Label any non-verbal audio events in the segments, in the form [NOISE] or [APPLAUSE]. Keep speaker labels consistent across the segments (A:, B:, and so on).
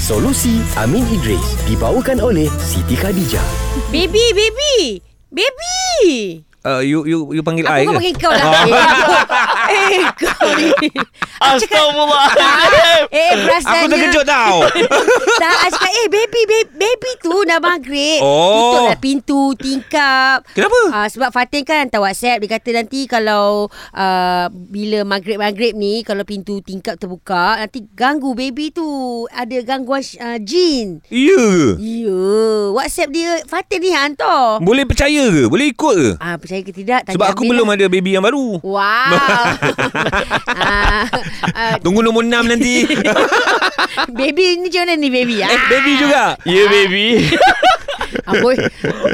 A: Solusi Amin Idris dibawakan oleh Siti Khadijah.
B: Baby, baby. Baby.
C: Uh, you you you panggil
B: Aku kau
C: I ke? Oh.
B: panggil kau
C: [LAUGHS]
B: lah. Eh, kau. Eh, kau ni.
D: Astagfirullahaladzim
B: Eh, perasaannya.
C: Aku terkejut tau.
B: [LAUGHS] Tak, aku cakap, eh, baby, baby, baby tu dah maghrib.
C: Oh.
B: Tutuplah pintu, tingkap.
C: Kenapa?
B: Ah, sebab Fatin kan hantar WhatsApp. Dia kata nanti kalau uh, bila maghrib-maghrib ni, kalau pintu tingkap terbuka, nanti ganggu baby tu. Ada gangguan uh, jin.
C: Ya ke?
B: Ya, WhatsApp dia Fatin ni yang hantar.
C: Boleh percaya ke? Boleh ikut ke?
B: Ah, percaya ke tidak? Tanya
C: Sebab aku
B: Amin
C: belum
B: lah.
C: ada baby yang baru. [LAUGHS]
B: Wow. ah, ah,
C: Tunggu nombor 6 nanti.
B: baby ni macam mana ni baby? Ah,
C: eh, baby juga.
D: Ya yeah, baby
B: amboi.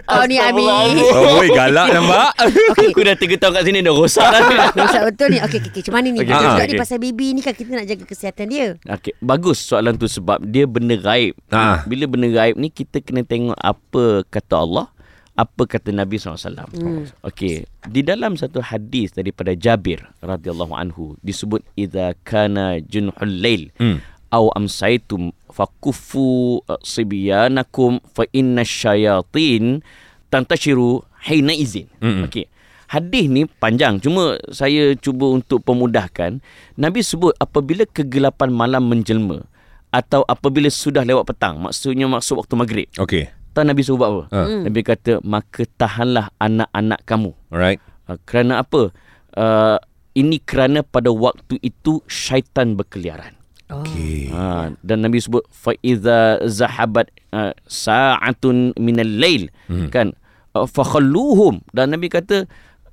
B: Kau ni Abi.
C: [LAUGHS] Oh, boy, galak nampak.
B: Okey.
D: Aku dah 3 tahun kat sini dah rosak [LAUGHS] dah
B: Rosak betul ni. Okey, okey, okey. Macam mana ni?
D: Okey,
B: Okay, okay,
C: okey,
B: okay. ni
D: okey.
B: pasal baby ni kan kita nak jaga kesihatan dia.
D: Okay, bagus soalan tu sebab dia benda gaib.
C: Ha.
D: Bila benda gaib ni kita kena tengok apa kata Allah, apa kata Nabi SAW. Hmm. Okey, di dalam satu hadis daripada Jabir radhiyallahu anhu disebut idza kana junhul lail hmm. aw amsaitum fakuffu uh, sibyanakum fa inna syayatin tantashiru hina izin. Hmm. Okey. Hadis ni panjang cuma saya cuba untuk pemudahkan. Nabi sebut apabila kegelapan malam menjelma atau apabila sudah lewat petang, maksudnya maksud waktu maghrib.
C: Okey.
D: Tahu Nabi suruh buat apa?
C: Ha.
D: Nabi kata, "Maka tahanlah anak-anak kamu."
C: Alright.
D: Uh, kerana apa? Uh, ini kerana pada waktu itu syaitan berkeliaran.
C: Okey.
D: Ha, dan Nabi sebut fa iza zahabat uh, sa'atun minal lail hmm. kan uh, fakhalluhum dan Nabi kata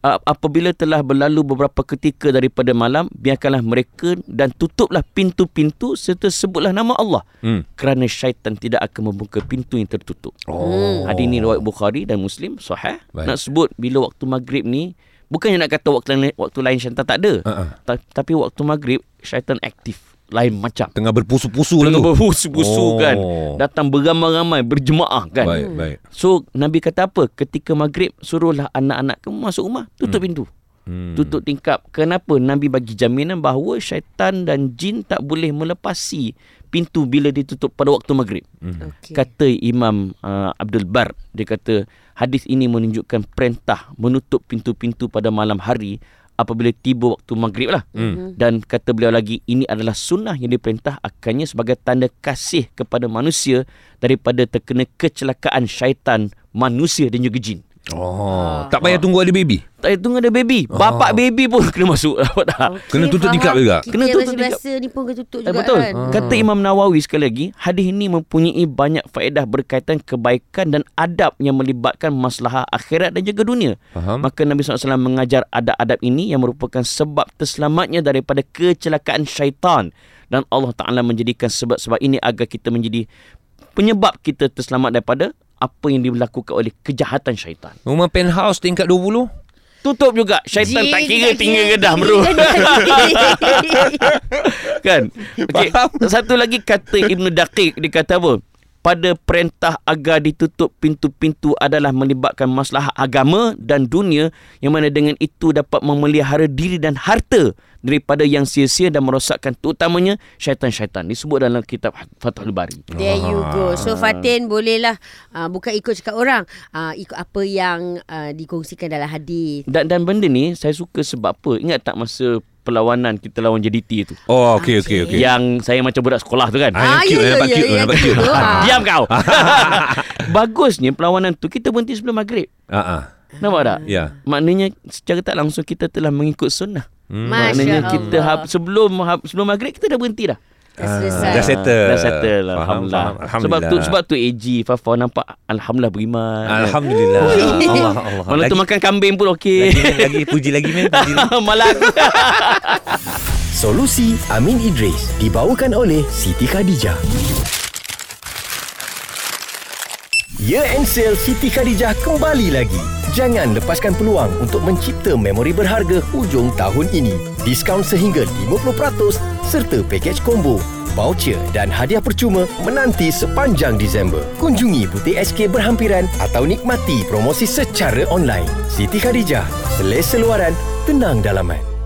D: uh, apabila telah berlalu beberapa ketika daripada malam biarkanlah mereka dan tutuplah pintu-pintu serta sebutlah nama Allah
C: Hmm.
D: kerana syaitan tidak akan membuka pintu yang tertutup.
C: Oh.
D: Hadis ini riwayat Bukhari dan Muslim sahih.
C: Baik.
D: Nak sebut bila waktu maghrib ni bukannya nak kata waktu lain, waktu lain syaitan tak ada.
C: Ha-ha.
D: Ta- tapi waktu maghrib syaitan aktif lain macam.
C: Tengah berpusu-pusu lah
D: Tengah
C: tu.
D: berbusu-busu
C: Oh.
D: kan Datang beramai-ramai Berjemaah kan
C: Baik, baik.
D: So Nabi kata apa Ketika maghrib Suruhlah anak-anak kamu masuk rumah Tutup hmm. pintu
C: Hmm.
D: Tutup tingkap Kenapa Nabi bagi jaminan bahawa Syaitan dan jin Tak boleh melepasi Pintu bila ditutup pada waktu maghrib
C: Hmm.
B: Okey.
D: Kata Imam uh, Abdul Bar Dia kata Hadis ini menunjukkan perintah Menutup pintu-pintu pada malam hari Apabila tiba waktu maghrib lah
C: Hmm.
D: Dan kata beliau lagi Ini adalah sunnah yang diperintah Akannya sebagai tanda kasih kepada manusia Daripada terkena kecelakaan syaitan Manusia dan juga jin
C: Oh. Tak payah tunggu ada baby.
D: Tak payah tunggu ada baby Bapak baby pun [LAUGHS] kena masuk Nampak tak?
B: Okey,
C: Kena tutup
B: faham.
C: tingkap juga.
B: Kita
D: Kena
B: yang
D: tutup tingkap.
B: biasa ni pun kena tutup
D: Eh,
B: juga
D: betul.
B: kan.
D: Kan? Kata Imam Nawawi sekali lagi, hadis ini mempunyai banyak faedah berkaitan kebaikan dan adab yang melibatkan masalah akhirat dan juga dunia.
C: Faham.
D: Maka Nabi SAW mengajar adab-adab ini yang merupakan sebab terselamatnya daripada kecelakaan syaitan. Dan Allah Ta'ala menjadikan sebab-sebab ini agar kita menjadi penyebab kita terselamat daripada apa yang dilakukan oleh kejahatan syaitan.
C: Rumah penthouse tingkat 20.
D: Tutup juga.
C: Eh,
D: Syaitan
B: Jin
D: tak
B: dia
D: kira tinggal ke dah,
B: jin
D: bro.
B: dia dah.
C: [LAUGHS]
D: kan okay. satu lagi kata Ibnu Daqiq dia kata apa pada perintah agar ditutup pintu-pintu adalah melibatkan masalah agama dan dunia yang mana dengan itu dapat memelihara diri dan harta daripada yang sia-sia dan merosakkan terutamanya syaitan-syaitan disebut dalam kitab Fathul Bari.
B: [LAUGHS] There you
C: Ah.
B: go. So Fatin bolehlah uh, bukan ikut cakap orang, uh, ikut apa yang uh, dikongsikan dalam hadis.
D: Dan dan benda ni saya suka sebab apa? Ingat tak masa perlawanan kita lawan JDT tu?
C: Oh, okey okey okey.
D: Okay. Yang saya macam budak sekolah tu kan.
C: Ah, yang cute, nampak cute, nampak cute.
B: tu, ah.
D: Diam
C: [LAUGHS]
D: kau. [LAUGHS] Bagusnya perlawanan tu kita berhenti sebelum maghrib.
C: Ha ah.
D: Nampak tak?
C: Ya.
D: Maknanya secara tak langsung kita telah mengikut sunnah.
B: Masya
D: Maknanya
B: Allah.
D: kita hab, sebelum hab, sebelum maghrib kita dah berhenti dah.
B: Dah selesai.
D: Ah.
C: Dah settle.
D: Dah settle
C: Faham,
D: alhamdulillah.
C: faham. Alhamdulillah.
D: Sebab tu sebab tu AG Fafa nampak alhamdulillah beriman.
C: Alhamdulillah. Allah Allah.
D: Malam tu
C: Lagi-
D: makan kambing pun okey.
C: lagi, lagi puji lagi men
D: [LAUGHS]
C: puji. lagi.
D: Malah aku
A: Solusi Amin Idris dibawakan oleh Siti Khadijah. Year End Ya Sale Siti Khadijah kembali lagi. Jangan lepaskan peluang untuk mencipta memori berharga hujung tahun ini. Diskaun sehingga 50% serta pakej combo, voucher dan hadiah percuma menanti sepanjang Disember. Kunjungi butik SK berhampiran atau nikmati promosi secara online. Siti Khadijah, selesa luaran, tenang dalaman.